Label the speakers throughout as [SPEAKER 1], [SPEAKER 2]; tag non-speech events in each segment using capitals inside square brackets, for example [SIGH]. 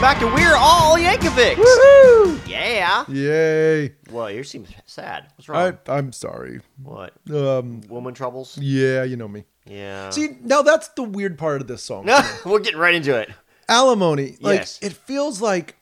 [SPEAKER 1] back to We're All Yankovics.
[SPEAKER 2] Woohoo!
[SPEAKER 1] Yeah.
[SPEAKER 2] Yay!
[SPEAKER 1] Whoa, you seem sad. What's wrong?
[SPEAKER 2] I, I'm sorry.
[SPEAKER 1] what?
[SPEAKER 2] Um,
[SPEAKER 1] Woman troubles?
[SPEAKER 2] yeah, you know me.
[SPEAKER 1] Yeah. [LAUGHS]
[SPEAKER 2] See, now that's the weird part of this song.
[SPEAKER 1] we're getting right into it.
[SPEAKER 2] Alimony. Like
[SPEAKER 1] Yes.
[SPEAKER 2] it feels like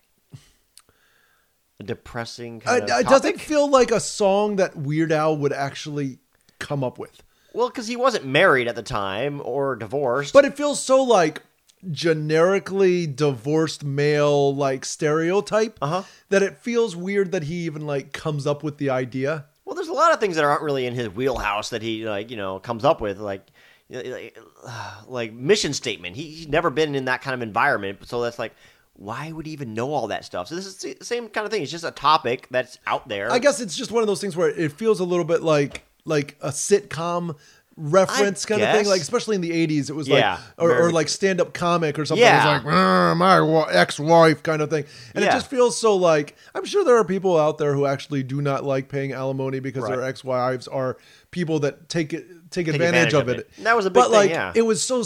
[SPEAKER 1] A depressing
[SPEAKER 2] uh,
[SPEAKER 1] kind of
[SPEAKER 2] it doesn't
[SPEAKER 1] topic?
[SPEAKER 2] feel like a song that Weird Al would actually come up with.
[SPEAKER 1] Well, because he wasn't married at the time or divorced.
[SPEAKER 2] But it feels so like generically divorced male like stereotype
[SPEAKER 1] Uh-huh.
[SPEAKER 2] that it feels weird that he even like comes up with the idea.
[SPEAKER 1] well, there's a lot of things that aren't really in his wheelhouse that he like you know comes up with like like, [SIGHS] like mission statement. He, he's never been in that kind of environment, so that's like why would he even know all that stuff? So this is the same kind of thing. It's just a topic that's out there.
[SPEAKER 2] I guess it's just one of those things where it feels a little bit like like a sitcom reference
[SPEAKER 1] I
[SPEAKER 2] kind of thing.
[SPEAKER 1] guess.
[SPEAKER 2] Like especially in the eighties, it was
[SPEAKER 1] Yeah,
[SPEAKER 2] like or, or
[SPEAKER 1] very-
[SPEAKER 2] like stand up comic or something.
[SPEAKER 1] Yeah.
[SPEAKER 2] It was like "Rrr, my wa- ex-wife kind of thing, and it
[SPEAKER 1] Yeah.
[SPEAKER 2] just feels so like I'm sure there are people out there who actually do not like paying alimony because their
[SPEAKER 1] Right.
[SPEAKER 2] ex-wives are people that take it. Take,
[SPEAKER 1] advantage
[SPEAKER 2] advantage,
[SPEAKER 1] of
[SPEAKER 2] of it.
[SPEAKER 1] it. That was a big
[SPEAKER 2] but
[SPEAKER 1] thing,
[SPEAKER 2] like
[SPEAKER 1] yeah.
[SPEAKER 2] it was so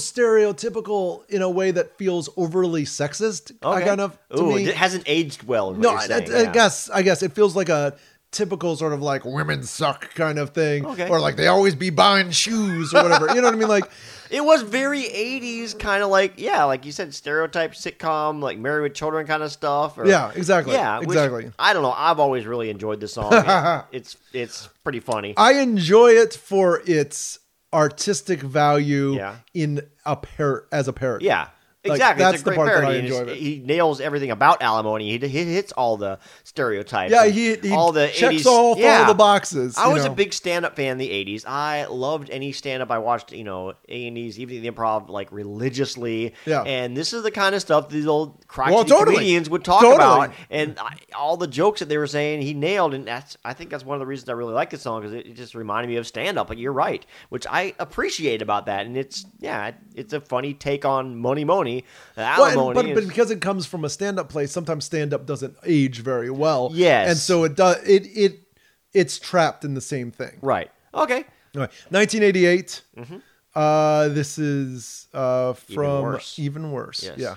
[SPEAKER 2] stereotypical in a way that feels overly sexist. I
[SPEAKER 1] Okay.
[SPEAKER 2] kind of to
[SPEAKER 1] Ooh,
[SPEAKER 2] me.
[SPEAKER 1] it hasn't aged well. is what
[SPEAKER 2] No,
[SPEAKER 1] you're
[SPEAKER 2] I,
[SPEAKER 1] saying,
[SPEAKER 2] I, I
[SPEAKER 1] yeah.
[SPEAKER 2] guess I guess it feels like a typical sort of like women suck kind of thing,
[SPEAKER 1] Okay.
[SPEAKER 2] or like they always be buying shoes or whatever. you know what I mean? Like,
[SPEAKER 1] It was very 80s, kind of like, yeah, like you said, stereotype sitcom, like Married with Children kind of stuff. Or,
[SPEAKER 2] yeah, exactly,
[SPEAKER 1] Yeah, which-
[SPEAKER 2] exactly.
[SPEAKER 1] I don't know. I've always really enjoyed this
[SPEAKER 2] [LAUGHS]
[SPEAKER 1] song. It- it's it's pretty funny.
[SPEAKER 2] I enjoy it for its artistic value
[SPEAKER 1] Yeah.
[SPEAKER 2] in a par- as a parody.
[SPEAKER 1] yeah,
[SPEAKER 2] Like,
[SPEAKER 1] exactly.
[SPEAKER 2] that's
[SPEAKER 1] it's a
[SPEAKER 2] the
[SPEAKER 1] great
[SPEAKER 2] part that I
[SPEAKER 1] parody. and
[SPEAKER 2] enjoy
[SPEAKER 1] it's-
[SPEAKER 2] of it.
[SPEAKER 1] He nails everything about alimony. He, he hits all the stereotypes.
[SPEAKER 2] yeah,
[SPEAKER 1] and
[SPEAKER 2] he, he
[SPEAKER 1] all the
[SPEAKER 2] checks
[SPEAKER 1] 80s
[SPEAKER 2] off all
[SPEAKER 1] yeah.
[SPEAKER 2] the boxes.
[SPEAKER 1] I
[SPEAKER 2] you
[SPEAKER 1] was
[SPEAKER 2] know.
[SPEAKER 1] a big stand-up fan in the '80s. I loved any stand-up I watched. You know, A and E's, even the improv, like religiously.
[SPEAKER 2] Yeah.
[SPEAKER 1] And this is the kind of stuff these old crotchety
[SPEAKER 2] Well, totally.
[SPEAKER 1] comedians would talk
[SPEAKER 2] Totally.
[SPEAKER 1] about, and I, all the jokes that they were saying, he nailed. And that's, I think that's one of the reasons I really like this song because it, it just reminded me of stand-up. Like you're right, which I appreciate about that. And it's yeah, it's a funny take on money, money,
[SPEAKER 2] Well, and-
[SPEAKER 1] alimony.
[SPEAKER 2] but, but
[SPEAKER 1] is-
[SPEAKER 2] because it comes from a stand-up place, sometimes stand-up doesn't age very well.
[SPEAKER 1] Yes.
[SPEAKER 2] and so it does. It it it's trapped in the same thing.
[SPEAKER 1] right. Okay.
[SPEAKER 2] All right, 1988.
[SPEAKER 1] Mm-hmm.
[SPEAKER 2] Uh, this is uh, from
[SPEAKER 1] Worse.
[SPEAKER 2] Even Worse,
[SPEAKER 1] Yes.
[SPEAKER 2] Yeah.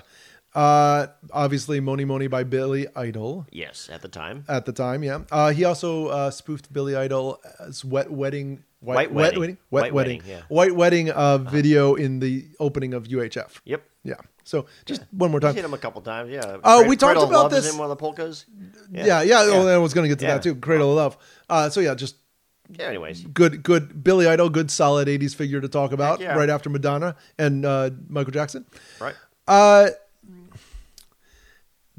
[SPEAKER 2] Uh, obviously, Money Money by Billy Idol
[SPEAKER 1] Yes, at the time.
[SPEAKER 2] at the time. Yeah. Uh, he also uh, spoofed Billy Idol's Wet Wedding.
[SPEAKER 1] White Wedding.
[SPEAKER 2] Wet
[SPEAKER 1] White
[SPEAKER 2] Wedding.
[SPEAKER 1] Wedding, yeah. Uh-huh.
[SPEAKER 2] White Wedding uh, video in the opening of UHF.
[SPEAKER 1] Yep.
[SPEAKER 2] Yeah. So just one more time.
[SPEAKER 1] Hit him a couple times, yeah.
[SPEAKER 2] Uh,
[SPEAKER 1] Cradle
[SPEAKER 2] we talked
[SPEAKER 1] of
[SPEAKER 2] about
[SPEAKER 1] Love is
[SPEAKER 2] this-
[SPEAKER 1] in one of the polkas.
[SPEAKER 2] yeah. Yeah. Oh, I was going to get to
[SPEAKER 1] Yeah.
[SPEAKER 2] that too. Cradle of Love. Uh, so yeah, just
[SPEAKER 1] Yeah, anyways,
[SPEAKER 2] good good Billy Idol, good solid '80s figure to talk about
[SPEAKER 1] yeah.
[SPEAKER 2] right after Madonna and uh, Michael Jackson.
[SPEAKER 1] right?
[SPEAKER 2] Uh,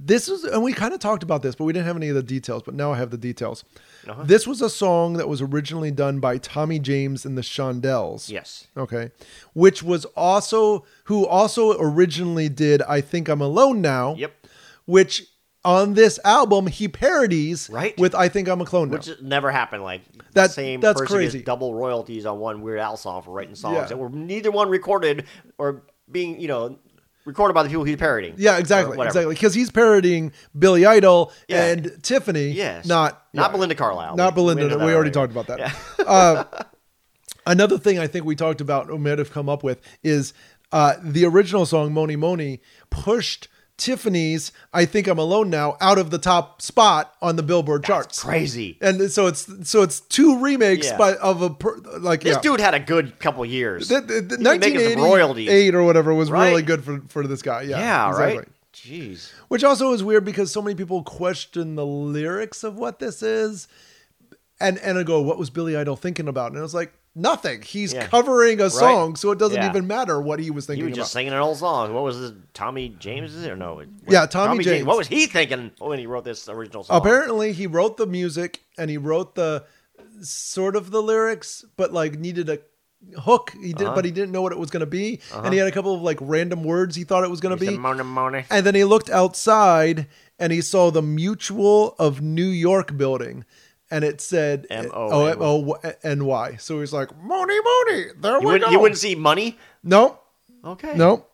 [SPEAKER 2] this is, and we kind of talked about this, but we didn't have any of the details. But now I have the details.
[SPEAKER 1] Uh-huh.
[SPEAKER 2] This was a song that was originally done by Tommy James and the Shondells.
[SPEAKER 1] Yes.
[SPEAKER 2] Okay. Which was also who also originally did "I Think I'm Alone Now."
[SPEAKER 1] Yep.
[SPEAKER 2] Which on this album he parodies
[SPEAKER 1] Right.
[SPEAKER 2] with "I Think I'm a Clone Now."
[SPEAKER 1] Which is- never happened. Like
[SPEAKER 2] That-
[SPEAKER 1] the same
[SPEAKER 2] that's
[SPEAKER 1] person
[SPEAKER 2] crazy.
[SPEAKER 1] gets double royalties on one Weird Al song for writing songs
[SPEAKER 2] Yeah.
[SPEAKER 1] that were neither one recorded or being, you know, recorded by the people he's parodying.
[SPEAKER 2] yeah,
[SPEAKER 1] Or
[SPEAKER 2] exactly,
[SPEAKER 1] whatever.
[SPEAKER 2] exactly. Because he's parodying Billy Idol
[SPEAKER 1] Yeah.
[SPEAKER 2] and Tiffany,
[SPEAKER 1] Yes.
[SPEAKER 2] not
[SPEAKER 1] not
[SPEAKER 2] yeah.
[SPEAKER 1] Belinda Carlisle.
[SPEAKER 2] Not
[SPEAKER 1] We- we
[SPEAKER 2] Belinda.
[SPEAKER 1] know
[SPEAKER 2] we already
[SPEAKER 1] already.
[SPEAKER 2] talked about that. uh, another thing I think we talked about, or might have come up with, is uh, the original song "Money Money" pushed Tiffany's "I Think I'm Alone Now" out of the top spot on the Billboard charts.
[SPEAKER 1] Crazy.
[SPEAKER 2] And so it's so it's two remakes,
[SPEAKER 1] Yeah.
[SPEAKER 2] but of a per, like
[SPEAKER 1] This
[SPEAKER 2] yeah.
[SPEAKER 1] dude had a good couple years.
[SPEAKER 2] The- the- the
[SPEAKER 1] He's been making some
[SPEAKER 2] 1988 or whatever was really
[SPEAKER 1] Right.
[SPEAKER 2] good for, for this guy. Yeah,
[SPEAKER 1] yeah,
[SPEAKER 2] exactly.
[SPEAKER 1] right. Jeez.
[SPEAKER 2] Which also is weird because so many people question the lyrics of what this is. And and I go, what was Billy Idol thinking about? And I was like, nothing. He's
[SPEAKER 1] Yeah.
[SPEAKER 2] covering a song, so it doesn't
[SPEAKER 1] Yeah.
[SPEAKER 2] even matter what he was
[SPEAKER 1] He
[SPEAKER 2] thinking
[SPEAKER 1] was
[SPEAKER 2] about.
[SPEAKER 1] just singing an old song. What was this? Tommy James is it or no? it-
[SPEAKER 2] Yeah, Tommy James.
[SPEAKER 1] What was he thinking when he wrote this original song?
[SPEAKER 2] Apparently, he wrote the music and he wrote the sort of the lyrics, but like needed a hook. He
[SPEAKER 1] Uh-huh.
[SPEAKER 2] did, but he didn't know what it was going to be, and he had a couple of like random words he thought it was going to
[SPEAKER 1] He
[SPEAKER 2] be.
[SPEAKER 1] said, "Mona, Mona."
[SPEAKER 2] And then he looked outside and he saw the Mutual of New York building. And it said
[SPEAKER 1] M O
[SPEAKER 2] oh,
[SPEAKER 1] N Y.
[SPEAKER 2] M O N Y. So he's like, Money, money. There
[SPEAKER 1] You
[SPEAKER 2] we
[SPEAKER 1] wouldn't,
[SPEAKER 2] go.
[SPEAKER 1] you wouldn't see money?
[SPEAKER 2] no,
[SPEAKER 1] Okay.
[SPEAKER 2] no.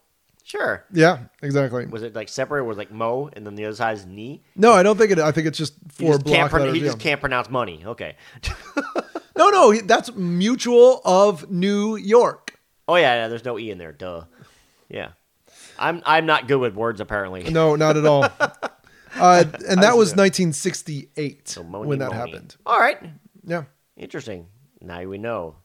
[SPEAKER 1] Sure.
[SPEAKER 2] Yeah, exactly.
[SPEAKER 1] Was it like separate? Was like Mo, and then the other side is knee?
[SPEAKER 2] No, I don't think it. I think it's just
[SPEAKER 1] He,
[SPEAKER 2] four
[SPEAKER 1] just
[SPEAKER 2] block
[SPEAKER 1] can't, pro-
[SPEAKER 2] letters,
[SPEAKER 1] he
[SPEAKER 2] yeah.
[SPEAKER 1] just can't pronounce money. Okay. [LAUGHS]
[SPEAKER 2] No, no. he- That's Mutual of New York.
[SPEAKER 1] oh yeah, yeah, there's no e in there. Duh. Yeah. I'm I'm not good with words apparently.
[SPEAKER 2] No,
[SPEAKER 1] [LAUGHS]
[SPEAKER 2] not at all. Uh, and that was 1968
[SPEAKER 1] So Moni
[SPEAKER 2] when that
[SPEAKER 1] Moni.
[SPEAKER 2] happened.
[SPEAKER 1] All right,
[SPEAKER 2] Yeah.
[SPEAKER 1] interesting. Now we know.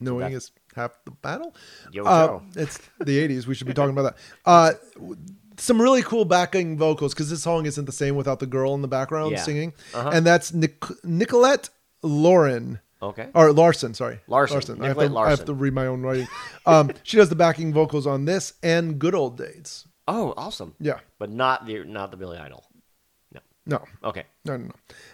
[SPEAKER 2] Knowing
[SPEAKER 1] that-
[SPEAKER 2] is half the battle.
[SPEAKER 1] Yo,
[SPEAKER 2] Uh,
[SPEAKER 1] Joe.
[SPEAKER 2] [LAUGHS] it's the 80s. We should be talking about that. Uh, w- some really cool backing vocals because this song isn't the same without the girl in the background
[SPEAKER 1] Yeah.
[SPEAKER 2] singing.
[SPEAKER 1] Uh-huh.
[SPEAKER 2] And that's Nic- Nicolette Lauren.
[SPEAKER 1] Okay.
[SPEAKER 2] Or Larson, sorry.
[SPEAKER 1] Larson.
[SPEAKER 2] I, have to,
[SPEAKER 1] Nicolette
[SPEAKER 2] I have
[SPEAKER 1] Larson.
[SPEAKER 2] to read my own writing. Um, [LAUGHS] she does the backing vocals on this and Good Old Days.
[SPEAKER 1] Oh, awesome.
[SPEAKER 2] Yeah.
[SPEAKER 1] But not the not the Billy Idol. No.
[SPEAKER 2] No,
[SPEAKER 1] Okay.
[SPEAKER 2] no, no, no.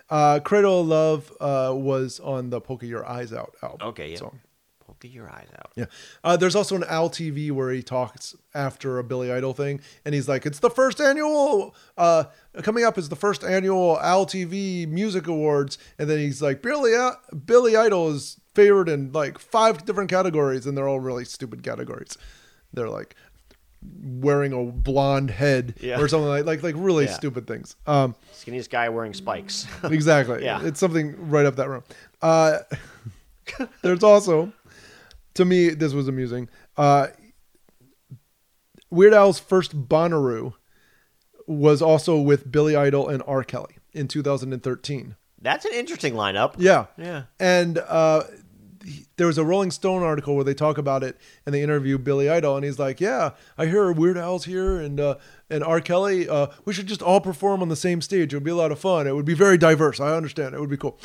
[SPEAKER 2] Uh, Cradle of Love uh, was on the Poke Your Eyes Out album.
[SPEAKER 1] Okay. Yeah.
[SPEAKER 2] song.
[SPEAKER 1] Poke your eyes out.
[SPEAKER 2] Yeah. Uh, there's also an Al TV where he talks after a Billy Idol thing, and he's like, "It's the first annual. Uh, coming up is the first annual Al TV Music Awards," and then he's like, "Billy uh, Billy Idol is favored in like five different categories, and they're all really stupid categories. They're like." wearing a blonde head
[SPEAKER 1] Yeah.
[SPEAKER 2] or something like like like really
[SPEAKER 1] Yeah.
[SPEAKER 2] stupid things um
[SPEAKER 1] Skinniest guy wearing spikes. [LAUGHS]
[SPEAKER 2] [LAUGHS] exactly
[SPEAKER 1] Yeah.
[SPEAKER 2] it's something right up that room uh [LAUGHS] there's also to me this was amusing uh weird al's first bonnaroo was also with billy idol and r kelly in 2013
[SPEAKER 1] That's an interesting lineup.
[SPEAKER 2] yeah
[SPEAKER 1] Yeah.
[SPEAKER 2] and uh he- there was a Rolling Stone article where they talk about it, and they interview Billy Idol, and he's like, "Yeah, I hear Weird Al's here, and uh, and R. Kelly. Uh, we should just all perform on the same stage. It would be a lot of fun. It would be very diverse. I understand. It would be cool."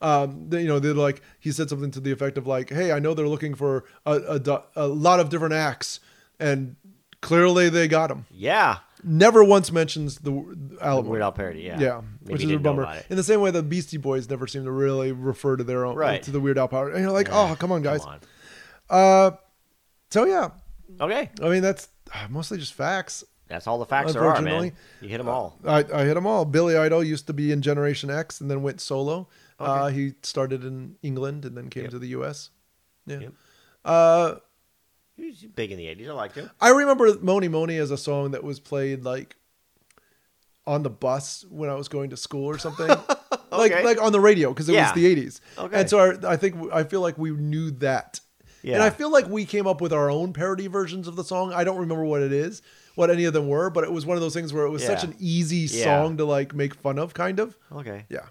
[SPEAKER 2] Um, they, you know, they're like, he said something to the effect of like, "Hey, I know they're looking for a, a, do- a lot of different acts, and clearly they got them."
[SPEAKER 1] Yeah.
[SPEAKER 2] Never once mentions the, the album.
[SPEAKER 1] Weird Al parody. Yeah.
[SPEAKER 2] Yeah,
[SPEAKER 1] Maybe
[SPEAKER 2] which
[SPEAKER 1] he
[SPEAKER 2] is a
[SPEAKER 1] didn't know
[SPEAKER 2] bummer.
[SPEAKER 1] about it.
[SPEAKER 2] In the same way that Beastie Boys never seem to really refer to their own
[SPEAKER 1] Right.
[SPEAKER 2] to the Weird Al power. And you're like,
[SPEAKER 1] Yeah,
[SPEAKER 2] oh, come on, guys.
[SPEAKER 1] Come
[SPEAKER 2] So yeah,
[SPEAKER 1] on. Okay.
[SPEAKER 2] I mean that's ah, mostly just facts.
[SPEAKER 1] That's all the facts there are, man.
[SPEAKER 2] Unfortunately,
[SPEAKER 1] You hit them all.
[SPEAKER 2] I, I hit them all. Billy Idol used to be in Generation X and then went solo. Uh, he started in England and then came
[SPEAKER 1] Yep.
[SPEAKER 2] to the U.S. Yeah.
[SPEAKER 1] Yep.
[SPEAKER 2] Uh,
[SPEAKER 1] He was big in the 80s. I liked him.
[SPEAKER 2] I remember Moni Moni as a song that was played like on the bus when I was going to school
[SPEAKER 1] [LAUGHS]
[SPEAKER 2] or something. Like
[SPEAKER 1] Okay.
[SPEAKER 2] like on the radio because it
[SPEAKER 1] Yeah.
[SPEAKER 2] was the 80s.
[SPEAKER 1] Okay.
[SPEAKER 2] And so I, I think I feel like we knew that. And
[SPEAKER 1] Yeah.
[SPEAKER 2] I feel like we came up with our own parody versions of the song. I don't remember what it is, what any of them were, but it was one of those things where it was such
[SPEAKER 1] Yeah.
[SPEAKER 2] an easy
[SPEAKER 1] Yeah.
[SPEAKER 2] song to like make fun of kind of.
[SPEAKER 1] Okay.
[SPEAKER 2] Yeah.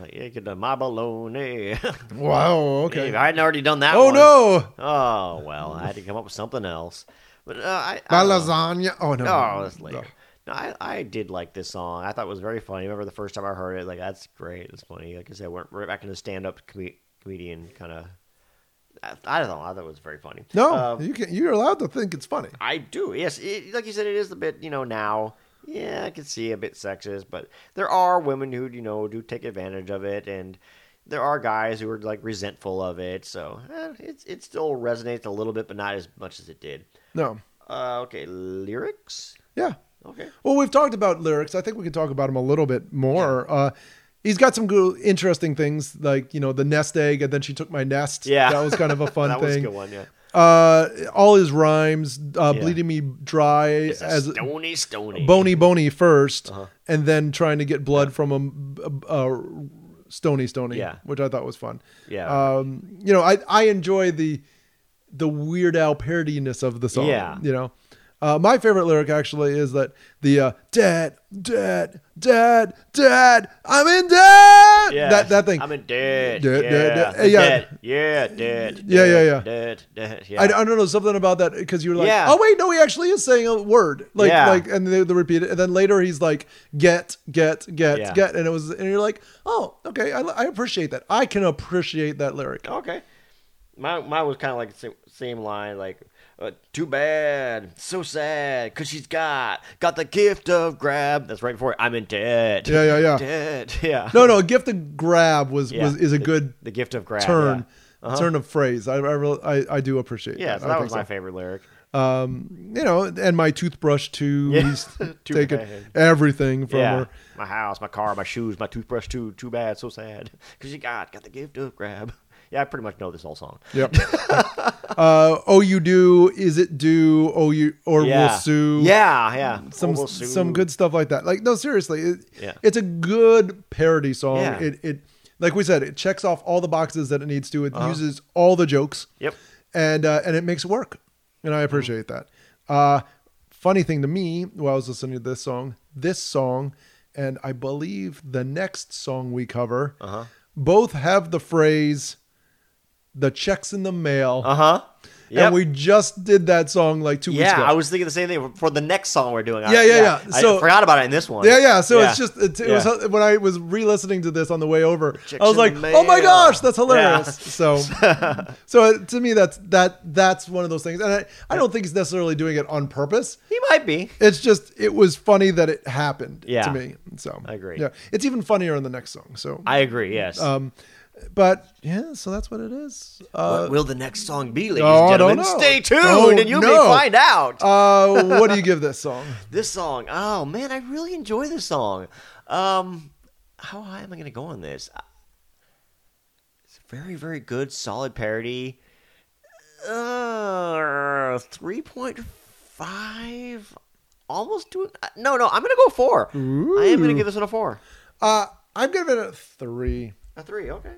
[SPEAKER 1] Like, you could do my baloney. [LAUGHS]
[SPEAKER 2] Wow,
[SPEAKER 1] Okay.
[SPEAKER 2] okay.
[SPEAKER 1] I hadn't already done that
[SPEAKER 2] Oh
[SPEAKER 1] one.
[SPEAKER 2] no.
[SPEAKER 1] Oh, well, I had to come up with something else. But uh, I. I
[SPEAKER 2] My
[SPEAKER 1] don't know.
[SPEAKER 2] lasagna. Oh no.
[SPEAKER 1] Oh, that's later.
[SPEAKER 2] No.
[SPEAKER 1] No, I, I did like this song. I thought it was very funny. I remember the first time I heard it, like that's great. It's funny. Like I said, we're right back into stand up com- comedian kind of. I, I don't know. I thought it was very funny.
[SPEAKER 2] No,
[SPEAKER 1] Uh,
[SPEAKER 2] you can you're allowed to think it's funny.
[SPEAKER 1] I do. Yes, it, like you said, it is a bit you know now. Yeah, I can see a bit sexist, but there are women who you know do take advantage of it, and there are guys who are like resentful of it. So eh, it's it still resonates a little bit, but not as much as it did.
[SPEAKER 2] No.
[SPEAKER 1] Uh, okay, lyrics.
[SPEAKER 2] Yeah.
[SPEAKER 1] Okay.
[SPEAKER 2] Well, we've talked about lyrics. I think we can talk about him a little bit more. Uh, he's got some good, interesting things, like you know the nest egg, and then she took my nest.
[SPEAKER 1] Yeah.
[SPEAKER 2] that was
[SPEAKER 1] [LAUGHS]
[SPEAKER 2] kind of a fun
[SPEAKER 1] that was a
[SPEAKER 2] thing.
[SPEAKER 1] good one. Yeah.
[SPEAKER 2] Uh, all his rhymes, uh,
[SPEAKER 1] Yeah.
[SPEAKER 2] bleeding me dry
[SPEAKER 1] It's a
[SPEAKER 2] as
[SPEAKER 1] stony, stony.
[SPEAKER 2] bony bony 1st
[SPEAKER 1] Uh-huh.
[SPEAKER 2] and then trying to get blood from him. Uh, Stony, stony,
[SPEAKER 1] Yeah.
[SPEAKER 2] which I thought was fun.
[SPEAKER 1] Yeah.
[SPEAKER 2] um, you know, I I enjoy the the Weird Al parodiness of the song.
[SPEAKER 1] Yeah.
[SPEAKER 2] You know, uh, my favorite lyric actually is that the uh, dad, dad, dad, dad, I'm in debt.
[SPEAKER 1] yeah.
[SPEAKER 2] That that thing.
[SPEAKER 1] I'm in dead.
[SPEAKER 2] Dead,
[SPEAKER 1] yeah.
[SPEAKER 2] dead, dead. Yeah.
[SPEAKER 1] Yeah. Dead. Yeah. Dead.
[SPEAKER 2] Yeah, yeah, yeah.
[SPEAKER 1] Dead. Dead. dead. Yeah.
[SPEAKER 2] I, I don't know something about that because you were like,
[SPEAKER 1] Yeah.
[SPEAKER 2] oh wait, no, he actually is saying a word, like,
[SPEAKER 1] Yeah.
[SPEAKER 2] like, and they, they repeat it, and then later he's like, get, get, get,
[SPEAKER 1] Yeah.
[SPEAKER 2] get, and it was, and you're like, oh, okay, I, I appreciate that, I can appreciate that lyric.
[SPEAKER 1] Okay. My mine was kind of like the same, same line, like uh, too bad, so sad, cause she's got got the gift of grab. That's right before it, I'm in debt.
[SPEAKER 2] Yeah, yeah, yeah.
[SPEAKER 1] Dead. [LAUGHS] Yeah.
[SPEAKER 2] No, no, gift of grab was,
[SPEAKER 1] Yeah.
[SPEAKER 2] was is a
[SPEAKER 1] The-
[SPEAKER 2] good
[SPEAKER 1] The gift of grab.
[SPEAKER 2] turn
[SPEAKER 1] Yeah. Uh-huh.
[SPEAKER 2] turn of phrase. I I, real- I, I do appreciate.
[SPEAKER 1] Yeah,
[SPEAKER 2] that.
[SPEAKER 1] so
[SPEAKER 2] I
[SPEAKER 1] that
[SPEAKER 2] think
[SPEAKER 1] was my favorite lyric.
[SPEAKER 2] Um, you know, and my toothbrush too.
[SPEAKER 1] [LAUGHS] Yeah.
[SPEAKER 2] He's
[SPEAKER 1] Too
[SPEAKER 2] taken
[SPEAKER 1] bad.
[SPEAKER 2] everything from
[SPEAKER 1] Yeah,
[SPEAKER 2] her.
[SPEAKER 1] my house, my car, my shoes, my toothbrush too. Too bad, so sad. [LAUGHS] Cause you got got the gift of grab. [LAUGHS] Yeah, I pretty much know this whole song. [LAUGHS]
[SPEAKER 2] Yep. uh, oh, you do. Is it do? Oh, you or
[SPEAKER 1] yeah.
[SPEAKER 2] will sue?
[SPEAKER 1] Yeah, yeah.
[SPEAKER 2] Some
[SPEAKER 1] Or will sue.
[SPEAKER 2] some good stuff like that. Like no, seriously, it,
[SPEAKER 1] Yeah.
[SPEAKER 2] it's a good parody song.
[SPEAKER 1] Yeah.
[SPEAKER 2] It it like we said, it checks off all the boxes that it needs to. It uses all the jokes.
[SPEAKER 1] Uh-huh. Yep. Mm-hmm.
[SPEAKER 2] and uh, and it makes it work. And I appreciate that. Uh, Funny thing to me, while I was listening to this song, this song, and I believe the next song we cover,
[SPEAKER 1] Uh-huh.
[SPEAKER 2] both have the phrase "the checks in the mail,"
[SPEAKER 1] Uh huh.
[SPEAKER 2] and we just did that song like two weeks
[SPEAKER 1] Yeah,
[SPEAKER 2] ago.
[SPEAKER 1] I was thinking the same thing for the next song we're doing. I-
[SPEAKER 2] Yeah, yeah, yeah.
[SPEAKER 1] I
[SPEAKER 2] So-
[SPEAKER 1] forgot about it in this one.
[SPEAKER 2] Yeah, yeah. So it's just it, it
[SPEAKER 1] Yeah.
[SPEAKER 2] was when I was re-listening to this on the way over,
[SPEAKER 1] Chicks
[SPEAKER 2] I was
[SPEAKER 1] in
[SPEAKER 2] like,
[SPEAKER 1] the
[SPEAKER 2] "Oh my
[SPEAKER 1] mail."
[SPEAKER 2] gosh, that's hilarious!"
[SPEAKER 1] Yeah.
[SPEAKER 2] So,
[SPEAKER 1] [LAUGHS]
[SPEAKER 2] so it- to me, that's that that's one of those things, and I, I don't think he's necessarily doing it on purpose.
[SPEAKER 1] he might be.
[SPEAKER 2] It's just it was funny that it happened
[SPEAKER 1] Yeah.
[SPEAKER 2] to me. So
[SPEAKER 1] I agree.
[SPEAKER 2] Yeah, it's even funnier in the next song. So,
[SPEAKER 1] I agree. Yes.
[SPEAKER 2] um, but yeah, so that's what it is. Uh,
[SPEAKER 1] what will the next song be, ladies
[SPEAKER 2] oh, I
[SPEAKER 1] and
[SPEAKER 2] don't
[SPEAKER 1] gentlemen?
[SPEAKER 2] know.
[SPEAKER 1] Stay tuned,
[SPEAKER 2] Oh,
[SPEAKER 1] and you
[SPEAKER 2] no.
[SPEAKER 1] may find out.
[SPEAKER 2] uh, what do you give this song?
[SPEAKER 1] this song. Oh man, I really enjoy this song. Um, how high am I going to go on this? It's a very, very good, solid parody. Uh, three point five, almost two. uh, No, no, I'm going to go four. I am going to give this one a four.
[SPEAKER 2] Uh, I'm gonna give it a three.
[SPEAKER 1] A three, okay.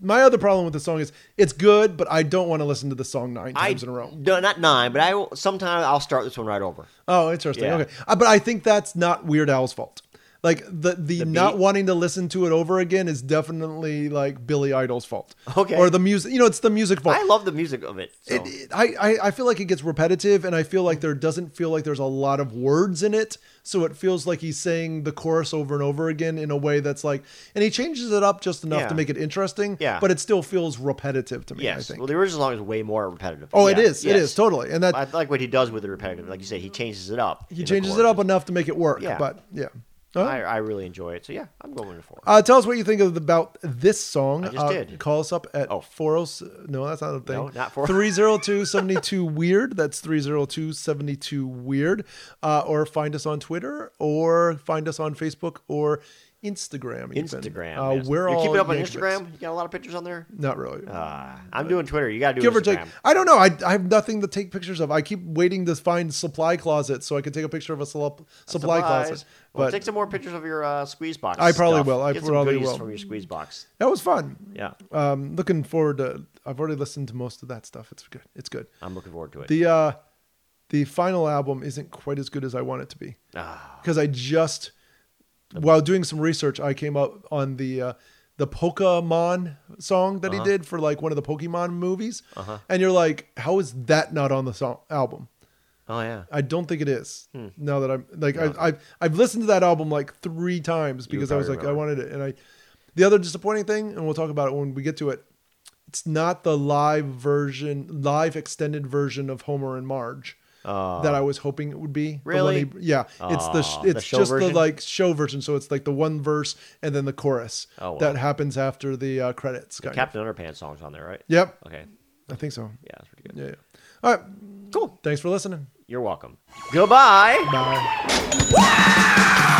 [SPEAKER 2] My other problem with the song is it's good, but I don't want to listen to the song nine times in a row.
[SPEAKER 1] No, not nine, but I will- sometime I'll start this one right over.
[SPEAKER 2] Oh, interesting.
[SPEAKER 1] Yeah.
[SPEAKER 2] Okay, uh, but I think that's not Weird Al's fault. Like the the, not
[SPEAKER 1] beat?
[SPEAKER 2] wanting to listen to it over again is definitely like Billy Idol's fault.
[SPEAKER 1] Okay.
[SPEAKER 2] or the music. You know, it's the music fault.
[SPEAKER 1] I love the music of it. So.
[SPEAKER 2] It- it- I, I I feel like it gets repetitive, and I feel like there doesn't feel like there's a lot of words in it, so it feels like he's saying the chorus over and over again in a way that's like, and he changes it up just enough
[SPEAKER 1] Yeah.
[SPEAKER 2] to make it interesting.
[SPEAKER 1] Yeah.
[SPEAKER 2] but it still feels repetitive to me. I
[SPEAKER 1] yes.
[SPEAKER 2] think.
[SPEAKER 1] Well, the original song is way more repetitive.
[SPEAKER 2] oh, it
[SPEAKER 1] Yeah,
[SPEAKER 2] is. It
[SPEAKER 1] yes.
[SPEAKER 2] is totally, and that
[SPEAKER 1] I like what he does with the repetitive. Like you said, he changes it up. in
[SPEAKER 2] he
[SPEAKER 1] the
[SPEAKER 2] changes it
[SPEAKER 1] chorus.
[SPEAKER 2] up enough to make it work.
[SPEAKER 1] Yeah.
[SPEAKER 2] But yeah. Huh?
[SPEAKER 1] I, I really enjoy it. So yeah, I'm going for it.
[SPEAKER 2] Uh, tell us what you think of about this song. I
[SPEAKER 1] just did.
[SPEAKER 2] Call us up at
[SPEAKER 1] Oh.
[SPEAKER 2] 40 No, that's not a thing.
[SPEAKER 1] No, not four- oh.
[SPEAKER 2] 302 72 Weird. That's 302 72 Weird. Uh, or find us on Twitter or find us on Facebook or Instagram. even.
[SPEAKER 1] Instagram.
[SPEAKER 2] Uh,
[SPEAKER 1] yes.
[SPEAKER 2] We're
[SPEAKER 1] You're
[SPEAKER 2] all
[SPEAKER 1] keeping up on
[SPEAKER 2] Yankovics.
[SPEAKER 1] Instagram. You got a lot of pictures on there.
[SPEAKER 2] Not really.
[SPEAKER 1] Uh, I'm doing Twitter. You got to do
[SPEAKER 2] Give
[SPEAKER 1] Give
[SPEAKER 2] or take.
[SPEAKER 1] Instagram.
[SPEAKER 2] I don't know. I, I have nothing to take pictures of. I keep waiting to find supply closet so I can take a picture of a sup- supply
[SPEAKER 1] Supplies.
[SPEAKER 2] closet.
[SPEAKER 1] Well,
[SPEAKER 2] But
[SPEAKER 1] take some more pictures of your uh, squeeze box.
[SPEAKER 2] I probably
[SPEAKER 1] stuff.
[SPEAKER 2] will. I
[SPEAKER 1] Get
[SPEAKER 2] probably
[SPEAKER 1] some goodies
[SPEAKER 2] will.
[SPEAKER 1] from your squeeze box.
[SPEAKER 2] that was fun.
[SPEAKER 1] Yeah,
[SPEAKER 2] um looking forward to i've already listened to most of that stuff it's good it's good
[SPEAKER 1] I'm looking forward to it.
[SPEAKER 2] the uh the final album isn't quite as good as i want it to be
[SPEAKER 1] Ah,
[SPEAKER 2] because i just while doing some research i came up on the uh the pokemon song that he did for like one of the pokemon movies and you're like how is that not on the song album
[SPEAKER 1] oh yeah.
[SPEAKER 2] i don't think it is
[SPEAKER 1] Hmm.
[SPEAKER 2] now that i'm like I've, I've i've listened to that album like three times because i was
[SPEAKER 1] probably
[SPEAKER 2] like i wanted it and i the other disappointing thing and we'll talk about it when we get to it it's not the live version live extended version of homer and marge
[SPEAKER 1] Uh,
[SPEAKER 2] that I was hoping it would be. The
[SPEAKER 1] Really?
[SPEAKER 2] one he- yeah. it's the sh-
[SPEAKER 1] Aw, the
[SPEAKER 2] it's
[SPEAKER 1] show
[SPEAKER 2] just
[SPEAKER 1] version?
[SPEAKER 2] the like show version. So it's like the one verse and then the chorus
[SPEAKER 1] Oh, wow.
[SPEAKER 2] that happens after the uh, credits. kind of.
[SPEAKER 1] Captain Underpants songs on there, right?
[SPEAKER 2] Yep.
[SPEAKER 1] Okay.
[SPEAKER 2] I think so.
[SPEAKER 1] Yeah, that's pretty good.
[SPEAKER 2] Yeah. yeah. All right.
[SPEAKER 1] Cool.
[SPEAKER 2] Thanks for listening.
[SPEAKER 1] You're welcome. Goodbye.
[SPEAKER 2] Bye.